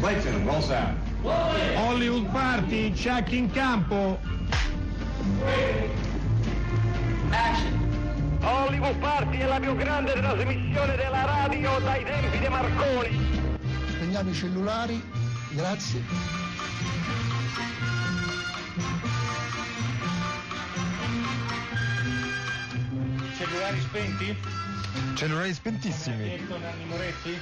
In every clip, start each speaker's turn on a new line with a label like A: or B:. A: Clayton, roll sound.
B: Hollywood Party, check in campo.
C: Hollywood Party è la più grande trasmissione della radio dai tempi di Marconi.
D: Spegniamo i cellulari, grazie.
E: Cellulari spenti?
F: Cellulari spentissimi,
E: Detto Nanni Moretti? Eh,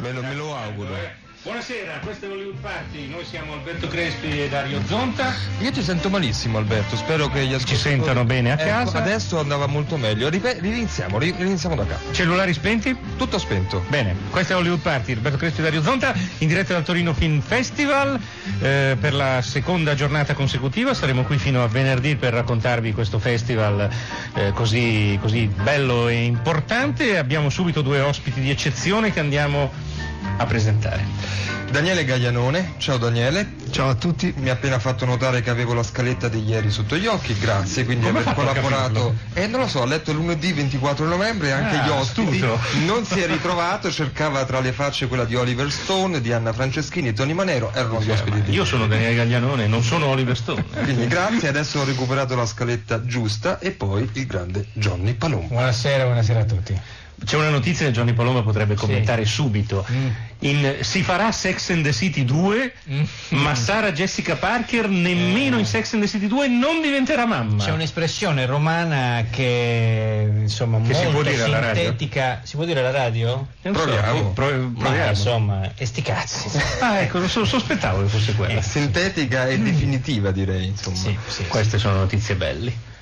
F: me lo, me lo auguro.
E: Buonasera, questo è Hollywood Party, noi siamo Alberto Crespi e Dario Zonta.
F: Io ti sento malissimo Alberto, spero che gli ascoltatori...
E: sentano bene a
F: Ecco,
E: casa.
F: Adesso andava molto meglio, Ripe- riniziamo, ri- riniziamo da capo.
E: Cellulari spenti?
F: Tutto spento.
E: Bene, questa è Hollywood Party, Alberto Crespi e Dario Zonta, in diretta dal Torino Film Festival. Eh, per la seconda giornata consecutiva saremo qui fino a venerdì per raccontarvi questo festival eh, così, così bello e importante. Abbiamo subito due ospiti di eccezione che andiamo a presentare.
F: Daniele Gaianone, ciao Daniele.
D: Ciao a tutti.
F: Mi ha appena fatto notare che avevo la scaletta di ieri sotto gli occhi, grazie, quindi
E: Come ha
F: aver
E: fatto a
F: collaborato.
E: capirlo?
F: Eh, non lo so, ho letto lunedì 24 novembre e anche
E: Ah,
F: gli ospiti.
E: astuto.
F: Non si è ritrovato, cercava tra le facce quella di Oliver Stone, di Anna Franceschini, Tony Manero, erano gli ospiti di
E: Eh, Io sono Daniele Gaglianone, non sono Oliver Stone.
F: Quindi grazie, adesso ho recuperato la scaletta giusta e poi il grande Johnny Palombo.
G: Buonasera, buonasera a tutti.
E: C'è una notizia che Johnny Paloma potrebbe commentare subito.
G: Mm.
E: In- si farà Sex and the City 2, ma Sara Jessica Parker nemmeno in Sex and the City 2 non diventerà mamma.
G: Eh. C'è un'espressione romana che insomma
E: Che si
G: molto
E: può dire alla radio?
G: sintetica. Si può dire alla radio?
E: Non so,
F: Proviamo.
E: pro-
G: Ma,
E: proviamo.
G: insomma, e sti cazzi.
E: Ah, ecco, lo so- sospettavo che fosse quella.
F: Sintetica e definitiva direi, insomma.
G: Sì, sì, sì.
E: Queste sono notizie belle.